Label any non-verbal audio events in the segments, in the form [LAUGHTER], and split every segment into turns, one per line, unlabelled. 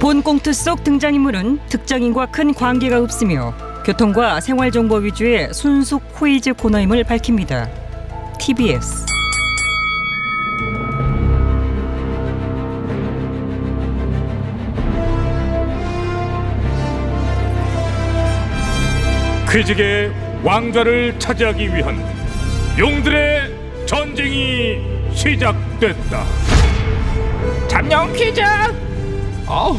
본 꽁트 속 등장인물은 특정인과 큰 관계가 없으며 교통과 생활 정보 위주의 순수 코이즈 코너임을 밝힙니다. TBS
퀴즈계의 왕좌를 차지하기 위한 용들의 전쟁이 시작됐다. 잠룡 퀴즈. 아우.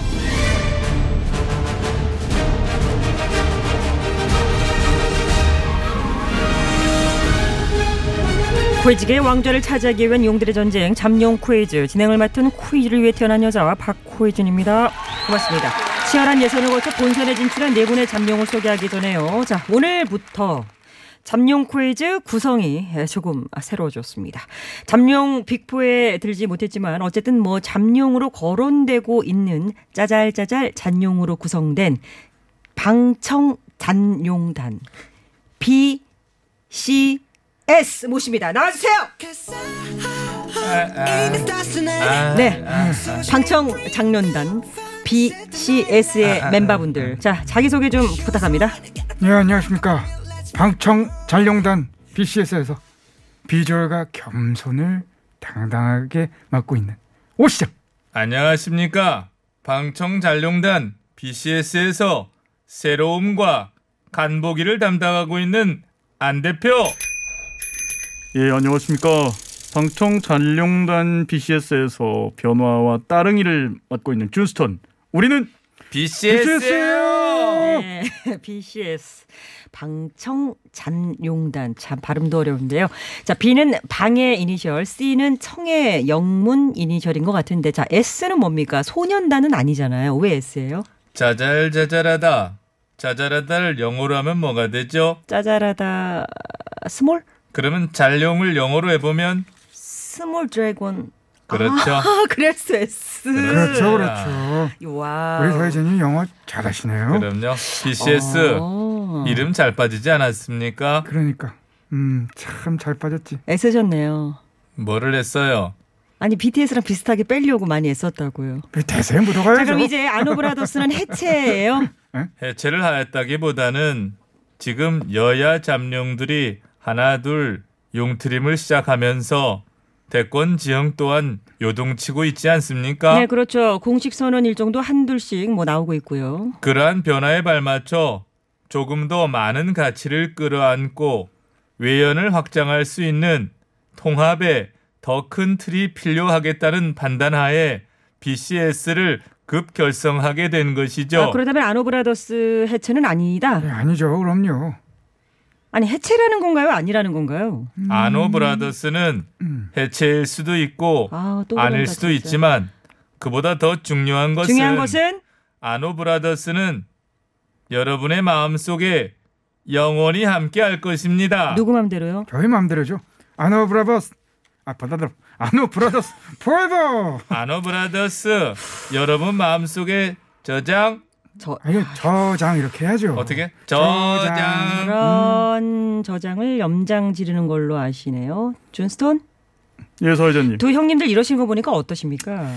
코이즈계의 왕좌를 차지하기 위한 용들의 전쟁 잠룡 코이즈 진행을 맡은 코이즈를 위해 태어난 여자와 박코이즈입니다. 고맙습니다. 치열한 예선을 거쳐 본선에 진출한 네 분의 잠룡을 소개하기 전에요. 자 오늘부터 잠룡 코이즈 구성이 조금 새로워졌습니다. 잠룡 빅포에 들지 못했지만 어쨌든 뭐 잠룡으로 거론되고 있는 짜잘짜잘 잔룡으로 구성된 방청 잔룡단 B C S 모십니다. 나와주세요.
아,
네, 방청 장년단 BCS의
아,
멤버분들, 자 자기 소개 좀 부탁합니다.
네 안녕하십니까 방청 잔룡단 BCS에서 비주얼과 겸손을 당당하게 맡고 있는 오시장
안녕하십니까. 방청잔룡단 BCS에서 새로움과 간보기를 담당하고 있는 안 대표.
예, 안녕하십니까. 방청 잔룡단 BCS에서 변화와 따릉이를 맡고 있는 준스턴. 우리는 BCS예요.
네, [LAUGHS] BCS 방청 잔용단 참 발음도 어려운데요. 자 B는 방의 이니셜, C는 청의 영문 이니셜인 것 같은데, 자 S는 뭡니까? 소년단은 아니잖아요. 왜 S예요?
자잘자잘하다. 자잘하다를 영어로 하면 뭐가 되죠?
짜잘하다 스몰
그러면 잔룡을 영어로 해보면
스몰 드래곤.
그렇죠.
아 [LAUGHS] 그래서 S.
네.
그렇죠 그렇죠
와.
우리 사회자님 영어 잘하시네요
아. 그럼요. BCS
어.
이름 잘 빠지지 않았습니까?
그러니까 음 참 잘 빠졌지
애쓰셨네요.
뭐를 했어요?
아니 BTS랑 비슷하게 빼려고 많이 애썼다고요.
우리 대세에
자
묻어가야죠
그럼 이제 아노브라더스는 해체예요.
해체를 하였다기보다는 지금 여야 잠룡들이 하나 둘 용트림을 시작하면서 대권 지형 또한 요동치고 있지 않습니까?
네 그렇죠. 공식 선언 일정도 한둘씩 뭐 나오고 있고요.
그러한 변화에 발맞춰 조금 더 많은 가치를 끌어안고 외연을 확장할 수 있는 통합의 더 큰 틀이 필요하겠다는 판단하에 BCS를 급결성하게 된 것이죠.
아, 그러다면 아노브라더스 해체는
예,
아니다.
아니죠 그럼요
아니 해체라는 건가요? 아니라는 건가요?
아노 브라더스는 해체일 수도 있고
음. 아, 또
아닐
그런다,
수도
진짜.
있지만 그보다 더 중요한 것은,
중요한 것은
아노 브라더스는 여러분의 마음 속에 영원히 함께할 것입니다.
누구 맘대로요?
저희 마음대로죠 아노 브라더스 아 바다다 아노 브라더스 포에버
아노 브라더스 여러분 마음 속에 저장
저
아, 이거 저장 이렇게 해야죠
어떻게
저장.
저장
그런 저장을 염장 지르는 걸로 아시네요. 존스톤
예, 사회자님.
두 형님들 이러신 거 보니까 어떠십니까?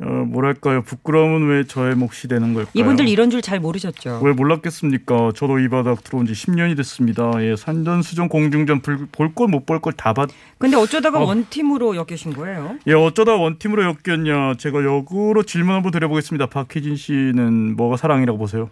어, 뭐랄까요? 부끄러움은 왜 저의 몫이 되는 걸까요?
이분들 이런 줄 잘 모르셨죠?
왜 몰랐겠습니까? 저도 이 바닥 들어온 지 10년이 됐습니다. 예, 산전 수전 공중전 볼 걸 못 볼 걸 다 봤.
근데 어쩌다가
어.
원팀으로 엮이신 거예요?
예, 어쩌다 원팀으로 엮였냐? 제가 역으로 질문 한번 드려보겠습니다. 박희진 씨는 뭐가 사랑이라고 보세요?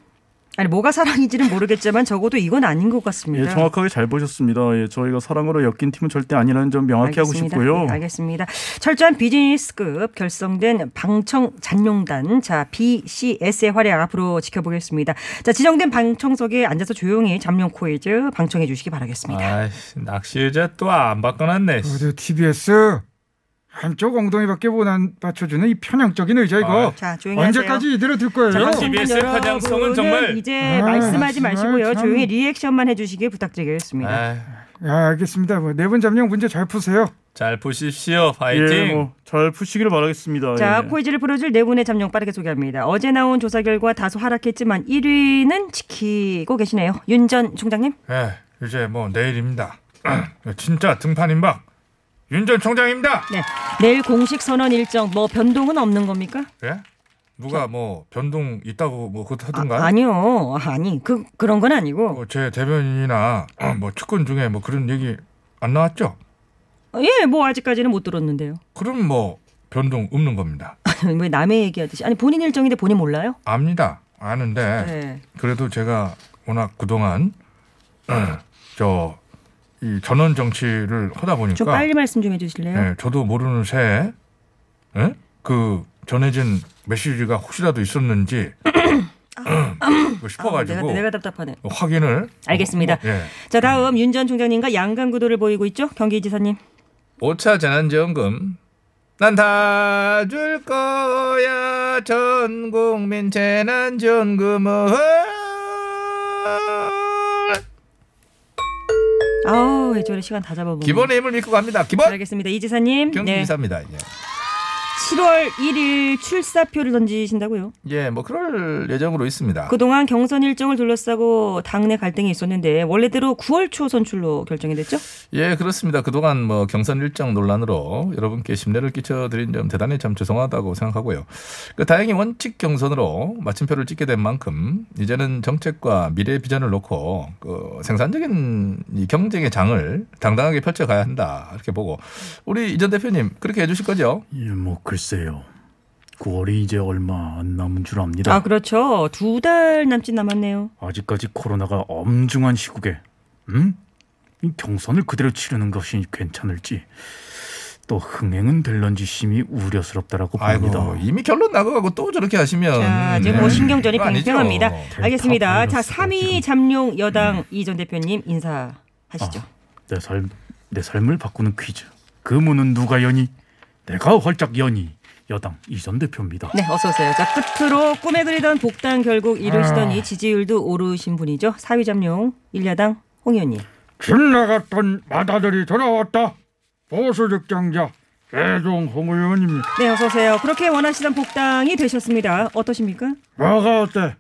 아니 뭐가 사랑인지는 모르겠지만 적어도 이건 아닌 것
예,
같습니다.
정확하게 잘 보셨습니다. 예, 저희가 사랑으로 엮인 팀은 절대 아니라는 점 명확히
알겠습니다.
하고 싶고요.
네, 알겠습니다. 철저한 비즈니스급 결성된 방청 잔용단 자 BCS의 활약 앞으로 지켜보겠습니다. 자 지정된 방청석에 앉아서 조용히 잠룡 코이즈 방청해 주시기 바라겠습니다.
아이씨 낚시 의자 또 안 바꿔놨네 씨.
어디 TBS 한쪽 엉덩이밖에 못 안 받쳐주는 이 편향적인 의자 이거
아,
자 조용히 하세요.
언제까지 이대로 둘 거예요?
잠깐
TBS 의
여러분은
파장성은 정말-
이제
아,
말씀하지
정말
마시고요.
참.
조용히 리액션만 해주시길 부탁드리겠습니다.
아이,
야, 알겠습니다. 뭐, 네분 잠룡 문제 잘 푸세요.
잘 보십시오 파이팅
예, 뭐잘 푸시기를 바라겠습니다.
자,
예.
코이즈를 풀어줄 네 분의 잠룡 빠르게 소개합니다. 어제 나온 조사 결과 다소 하락했지만 1위는 지키고 계시네요. 윤 전 총장님.
예, 이제 뭐
[CLEARS THROAT]
내일입니다. 진짜 등판임박 윤 전 총장입니다.
네. 내일 공식 선언 일정 뭐 변동은 없는 겁니까?
예? 누가 뭐 변동 있다고 뭐 그렇다든가.
아, 니요 아니 그 그런 건 아니고
뭐 제 대변인이나 [CLEARS THROAT] 뭐 측근 중에 뭐 그런 얘기 안 나왔죠?
예 뭐 아직까지는 못 들었는데요. [LAUGHS]
그럼 뭐 변동 없는 겁니다.
왜 남의 얘기하듯이 아니 본인 일정인데 본인 몰라요?
압니다. 아는데
네.
그래도 제가 워낙 그동안 [CLEARS THROAT] 저 이 전원 정치를 하다 보니까
그러니까
좀 빨리 말씀 좀
네.
해주실래요? 아,
예, 저도 모르는 새에 예? 그 전해진 메시지가
[CLEARS THROAT]
혹시라도 있었는지 [CLEARS THROAT] 뭐
아,
싶어가지고
내가 내가 답답하네.
확인을
어,
알겠습니다.
예.
자 다음 윤 전 총장님과 양강 구도를 보이고 있죠 경기지사님.
5차 재난지원금 난 다 줄 거야 전 국민 재난지원금을
아우 예전에 시간 다 잡아먹네.
기본의 힘을 믿고 갑니다 기본
알겠습니다 이 지사님. 네.
경기지사입니다 예.
7월 1일 출사표를 던지신다고요?
예, 뭐 그럴 예정으로 있습니다
그동안 경선 일정을 둘러싸고 당내 갈등이 있었는데 원래대로 9월 초 선출로 결정이 됐죠?
예, 그렇습니다. 그동안 뭐 경선 일정 논란으로 여러분께 심려를 끼쳐드린 점 대단히 참 죄송하다고 생각하고요. 그 다행히 원칙 경선으로 마침표를 찍게 된 만큼 이제는 정책과 미래 비전을 놓고 그 생산적인 이 경쟁의 장을 당당하게 펼쳐가야 한다. 이렇게 보고 우리 이전 대표님 그렇게 해주실 거죠?
예, 뭐 글쎄요. 9월이 이제 얼마 안 남은 줄
아
네.
압니다.
그렇죠. 두 달 남짓 남았네요.
아, 직까지 코로나가 엄중한 시국에 음? 이 경선을 그대로 치르는 것이 괜찮을지 또 흥행은 될런지 심히 우려스럽다라고 봅니다.
아이고 이미 결론 나가고 또 저렇게 하시면
자, 지금
네,
뭐 신경전이
그거 아니죠. 어,
팽팽합니다. 알겠습니다. 자,
바이러스가
3위
지금.
음.
잠룡 여당 이 전 대표님 인사하시죠.
어.
내 삶, 내 삶을 바꾸는 퀴즈. 그 문은 누가 여니? 내가 활짝 여니. 여당 이전 대표입니다.
네, 어서 오세요. 자, 끝으로 꿈에 그리던 복당 결국
아.
이루시더니 지지율도 오르신 분이죠. 4위 잠룡 일야당 홍 의원님.
길 나갔던 마다들이 돌아왔다. 보수 적장자 배종홍 의원입니다.
네, 어서 오세요. 그렇게 원하시던 복당이 되셨습니다. 어떠십니까?
뭐가 어때?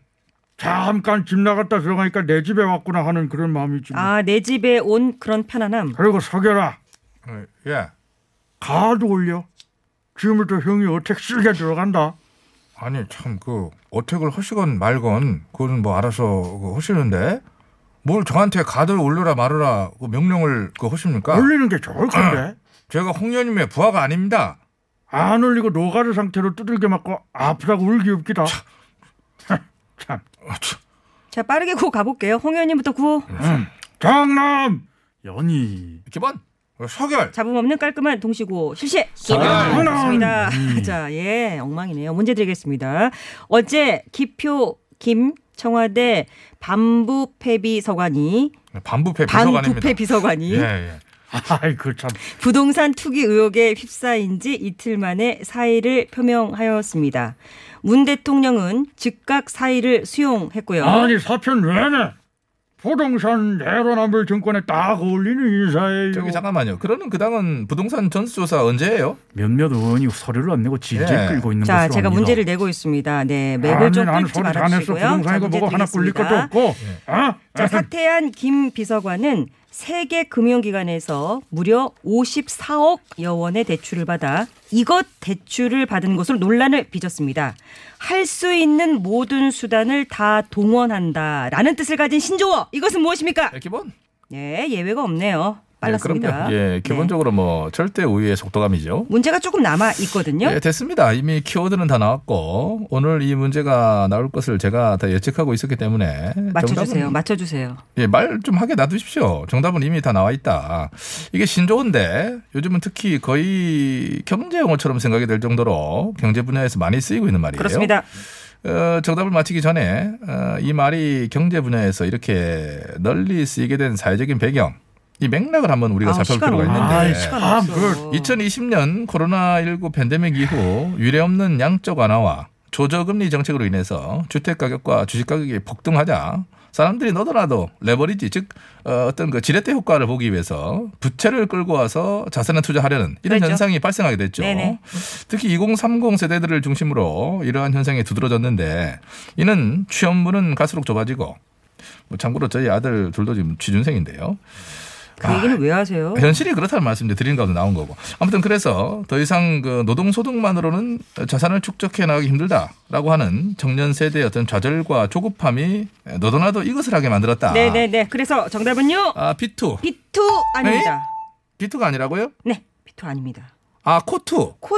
잠깐 집 나갔다 들어가니까 내 집에 왔구나 하는 그런 마음이지. 뭐.
아, 내 집에 온 그런 편안함.
그리고 서결아
어,
예.
가도 올려. 지금부터 형이 어택 쓸게 들어간다.
아니 참 그 어택을 하시건 말건 그건 뭐 알아서 그 하시는데 뭘 저한테 가들 올려라 말아라 그 명령을 그 하십니까?
올리는 게 좋을 건데.
제가 홍연님의 부하가 아닙니다.
안 올리고 노가리 상태로 두들겨 맞고 아프다고 울기 웁기다. [LAUGHS] 참.
아,
자, 빠르게 구호 가볼게요. 홍 의원님부터 구호.
네.
음. 경남
연이
기본
서결
잡음 없는 깔끔한 동시고 실시. 그렇습니다.
음.
[LAUGHS] 자, 예, 엉망이네요. 문제 드리겠습니다. 어제 기표 김 청와대 반부패비 서관이
반부패 비서관입니다.
반부패 비서관이
예, 예.
아이고 그 참.
부동산 투기 의혹에 휩싸인 지 이틀 만에 사의를 표명하였습니다. 문 대통령은 즉각 사의를 수용했고요.
아니 사편 왜 내? 부동산 내로남불 정권에 딱 어울리는 인사예요.
저기 잠깐만요. 그러는 그 당은 부동산 전수조사 언제예요?
몇몇 의원이 서류를 안 내고 질질
예.
끌고 있는
자,
것으로
제가
압니다.
문제를 내고 있습니다. 네, 맥을 좀
아니, 나는
끊지
소리 다 냈어.
말아주시고요. 자,
부동산이고
문제
뭐고 하나 굴릴 것도
드리겠습니다. 예.
없고. 어?
자, 사퇴한 김 비서관은 세계 금융기관에서 무려 54억 여원의 대출을 받아 이것 대출을 받은 것으로 논란을 빚었습니다. 할 수 있는 모든 수단을 다 동원한다라는 뜻을 가진 신조어 이것은 무엇입니까?
예, 기본.
예, 예외가 없네요.
예,
빨랐습니다.
그럼요. 예, 기본적으로 뭐 절대 우위의 속도감이죠.
네. 문제가 조금 남아 있거든요.
예, 됐습니다. 이미 키워드는 다 나왔고 오늘 이 문제가 나올 것을 제가 다 예측하고 있었기 때문에
맞춰주세요.
정답은-
맞춰주세요.
예, 말 좀 하게 놔두십시오. 정답은 이미 다 나와 있다. 이게 신조어인데 요즘은 특히 거의 경제 용어처럼 생각이 될 정도로 경제 분야에서 많이 쓰이고 있는 말이에요.
그렇습니다.
어, 정답을 맞히기 전에 어, 이 말이 경제 분야에서 이렇게 널리 쓰이게 된 사회적인 배경, 이 맥락을 한번 우리가
아,
살펴볼
시간
필요가
없네.
있는데.
아이, 시간
아,
없어. 그
뭘.
2020년 코로나19 팬데믹 이후 유례없는 양적 완화와 조저금리 정책으로 인해서 주택 가격과 주식 가격이 폭등하자 사람들이 너도나도 레버리지 즉 어, 어떤 그 지렛대 효과를 보기 위해서 부채를 끌고 와서 자산에 투자하려는 이런
그렇죠.
현상이 발생하게 됐죠.
네네.
특히 2030 세대들을 중심으로 이러한 현상이 두드러졌는데 이는 취업문은 갈수록 좁아지고 뭐 참고로 저희 아들 둘도 지금 취준생인데요.
그 얘기는 왜 하세요?
현실이 그렇다는 말씀 이제 드린 가운데 나온 거고. 아무튼 그래서 더 이상 그 노동 소득만으로는 자산을 축적해 나가기 힘들다라고 하는 청년 세대의 어떤 좌절과 조급함이 너도나도 이것을 하게 만들었다.
네네네. 그래서 정답은요.
아, B2.
비투 아닙니다.
B2가 아니라고요?
네, 비투 아닙니다.
아, 코투.
코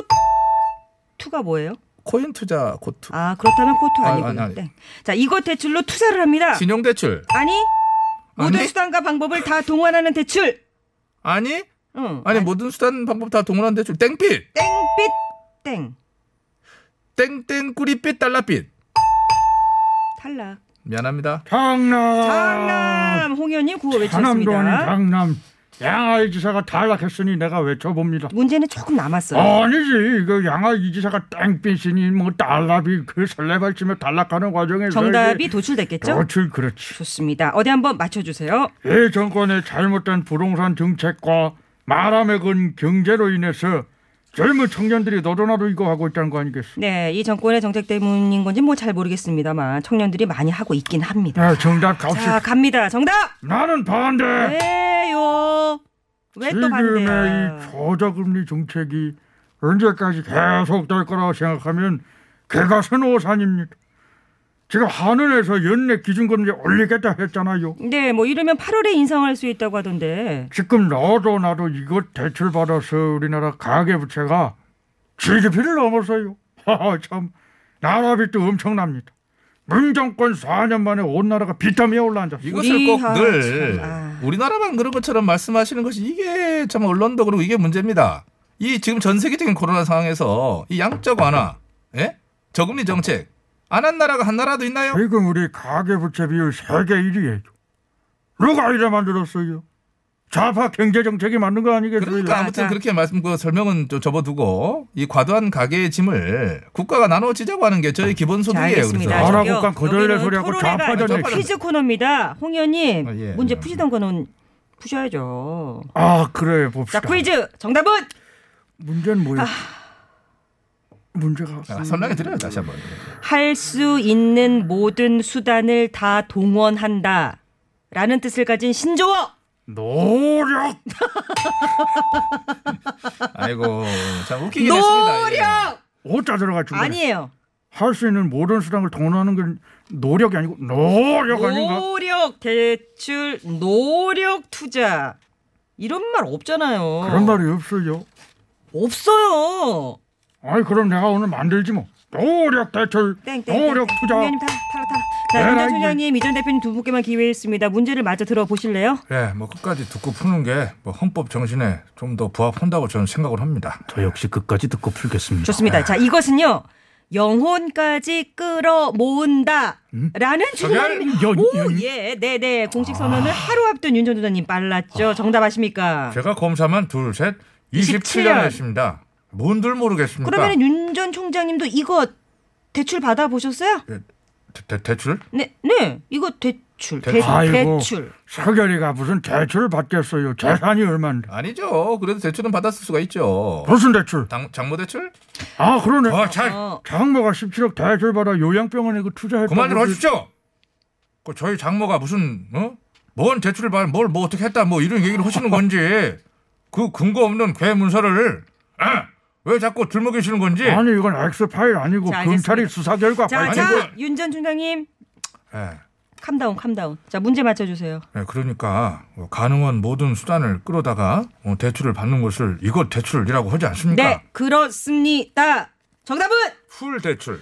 투가 뭐예요?
코인 투자 코투.
아 그렇다면 코투
아,
아니고요.
아니, 아니.
네. 자 이거 대출로 투자를 합니다.
신용 대출.
아니 모든
아니?
수단과 방법을 다 동원하는 대출.
아니?
응.
아니 뭐- 모든 수단 방법 다 동원한 대출. 땡빛.
땡빛 땡
땡땡꾸리빛 달러빛.
탈락.
미안합니다.
장남.
장남 홍현님 구호
아. 장남도 아닌
외쳤습니다.
장남. 양아이 지사가 탈락했으니 내가 외쳐봅니다.
문제는 조금 남았어요.
아니지 그 양아이 지사가 땡빛이니 뭐 달랍이 그 설레발치며 탈락하는 과정에서
정답이
이게
도출됐겠죠?
그렇지 그렇지.
좋습니다. 어디 한번 맞춰주세요.
이 정권의 잘못된 부동산 정책과 말아먹은 경제로 인해서 젊은 청년들이 너도나도 이거 하고 있다는 거 아니겠어?
네, 이 정권의 정책 때문인 건지 뭐 잘 모르겠습니다만 청년들이 많이 하고 있긴 합니다.
야, 정답 갑시다.
자, 갑니다. 정답!
나는 반대.
왜요? 왜 또
지금의 이
반대야?
저자금리 정책이 언제까지 계속될 거라고 생각하면 개가 선호산입니다. 지금 한은에서 연내 기준금리 올리겠다 했잖아요.
네, 뭐 이러면 8월에 인상할 수 있다고 하던데.
지금 나도 나도 이것 대출 받아서 우리나라 가계 부채가 GDP를 넘었어요. [LAUGHS] 하하 참 나라비 도 엄청납니다. 문정권 4년 만에 온 나라가 비타민에 올라앉았어.
이것을
우리 하-
꼭 늘
참, 아.
우리나라만 그런 것처럼 말씀하시는 것이 이게 참 언론도 그리고 이게 문제입니다. 이 지금 전 세계적인 코로나 상황에서 이 양적 완화, 예? 저금리 정책 안 한 나라가 한 나라도 있나요?
지금 우리 가계 부채 비율 세계 1위예요. 누가 이래 만들었어요? 좌파 경제 정책이 맞는 거 아니겠어요?
그러니까 아무튼
맞아.
그렇게 말씀 그 설명은 좀 접어두고 이 과도한 가계의 짐을 국가가 나눠지자고 하는 게 저희 기본
자,
소득이에요. 그렇죠?
알겠습니다.
그래서
나라고
저기요,
깐 거절의
여기는
소리하고
토론회가
좌파전
아니고
얘기.
퀴즈 코너입니다. 홍현님
아, 예.
문제
음.
푸시던 거는 푸셔야죠.
아 그래 봅시다.
자, 퀴즈 정답은
문제는 뭐야? 문제가
아, 설명해 드려요 다시 한번.
할 수 있는 모든 수단을 다 동원한다. 라는 뜻을 가진 신조어.
노력.
아이고 참 웃기긴 했습니다. 예.
노력!
오자 들어가 중간
아니에요.
할수 있는 모든 수단을 동원하는 건 노력이 아니고 노력 아닌가?
노력, 대출, 노력, 투자. 이런 말 없잖아요.
그런 말이 없어요.
없어요.
아니 그럼 내가 오늘 만들지 뭐. 노력 대출,
땡, 땡,
노력
땡, 땡.
투자. 네,
위원님 다 탈락, 탈락. 자,
에라이,
윤전 총장님, 이전 대표님 두 분께만 기회 있습니다. 문제를 마저 들어보실래요?
예, 뭐 끝까지 듣고 푸는 게 뭐 헌법 정신에 좀 더 부합한다고 저는 생각을 합니다.
저 역시 끝까지 듣고 풀겠습니다.
좋습니다. 자, 이것은요. 영혼까지 끌어 모은다.
음?
라는 주장입니다.
연-
오,
연-
예, 네, 네. 공식
아.
선언을 하루 앞둔 윤 전 총장님 빨랐죠. 정답 아십니까?
제가 검사만 둘, 셋, 27년 했습니다. 뭔들 모르겠습니까?
그러면 윤 전 총장님도 이거 대출 받아 보셨어요?
예, 대, 대, 대출?
네, 네, 이거 대출, 대,
대출.
아이고.
대출.
서결이가 무슨 대출을 받겠어요? 재산이 얼마인데?
아니죠. 그래도 대출은 받았을 수가 있죠.
무슨 대출?
당, 장모 대출?
아 그러네.
어, 잘
어,
장모가 17억 대출 받아 요양병원에 그 투자했다고.
그만 좀 하십시오. 그 저희 장모가 무슨 어? 뭔 대출을 받, 뭘뭐 어떻게 했다, 뭐 이런 얘기를 하시는 건지 그 근거 없는 괴문서를 에? 왜 자꾸 들먹이시는 건지.
아니 이건 X 파일 아니고
자,
검찰이
알겠습니다.
수사 결과
자,
발표.
자,
이거-
윤 전 총장님,
예.
캄다운, 캄다운. 자, 문제 맞춰주세요.
네, 그러니까 어, 가능한 모든 수단을 끌어다가 어, 대출을 받는 것을 이거 대출이라고 하지 않습니까?
네, 그렇습니다. 정답은
풀 대출.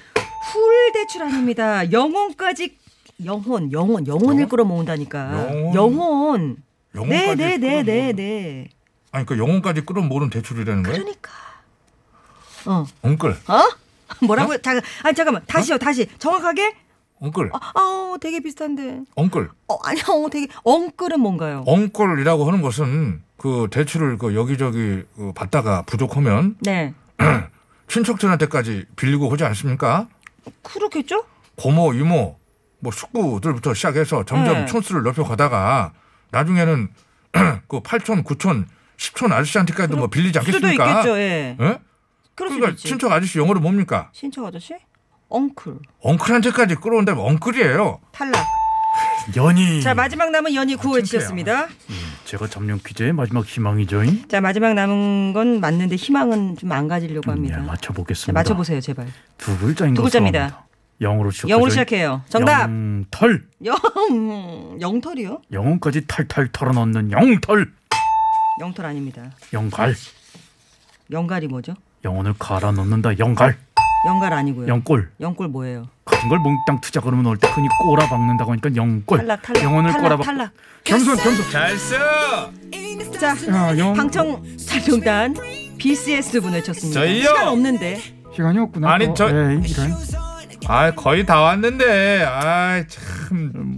훌 대출 아닙니다. 영혼까지 영혼, 영혼, 영혼을
영혼?
끌어모은다니까.
영혼.
영혼. 네,
영혼까지
네, 네, 네,
끌어모으는-
네.
아니 그 영혼까지 끌어모으는 대출이라는 거예요?
그러니까. 어,
엉클,
어? [LAUGHS] 뭐라고? 요 잠깐, 아니 잠깐만. 다시요,
어?
다시. 정확하게?
엉클,
아, 아, 되게 비슷한데.
엉클,
어, 아니, 어, 되게 엉끌은 뭔가요?
엉클이라고 하는 것은 그 대출을 그 여기저기 그 받다가 부족하면
네.
친척들한테까지 빌리고 하지 않습니까?
그렇겠죠?
고모, 이모, 뭐 숙부들부터 시작해서 점점
네.
촌수를 넓혀가다가 나중에는 [CLEARS THROAT] 그 8촌, 9촌, 10촌 아저씨한테까지도 뭐 빌리지
수도
않겠습니까?
있겠죠. 예.
예?
그럴 수도
그러니까
있지.
친척 아저씨 영어로 뭡니까?
신청 아저씨? 엉클.
엉클한테까지 끌어온다면 엉클이에요.
탈락.
연이
자 마지막 남은 연이 구호 외치셨습니다.
제가 잡룡 퀴즈의 마지막 희망이죠잉.
자 마지막 남은 건 맞는데 희망은 좀 안 가지려고
음, 예,
합니다.
맞춰보겠습니다.
자, 맞춰보세요 제발.
두 글자인
두
것
글자입니다.
같습니다. 영어로 시작.
영으로 시작해요. 정답
털.
영 음, 영털이요?
영혼까지 탈탈 털어넣는 영털.
영털 아닙니다.
영갈.
영갈이 뭐죠?
영혼을 갈아 넣는다. 영갈.
영갈 아니고요.
영골.
영골 뭐예요?
그런 걸 몽땅 투자 그러면 올 때 흔히 꼬라 박는다고 하니까 영골.
탈락 탈락.
영혼을
탈락,
꼬라 박.
탈락.
겸손 겸손.
잘써
자
야, 영
방청 자룡단 BCS 분을 쳤습니다.
저희요?
시간 없는데
시간이 없구나.
아니,
어,
저-
에이, 이런.
아 거의 다 왔는데 아참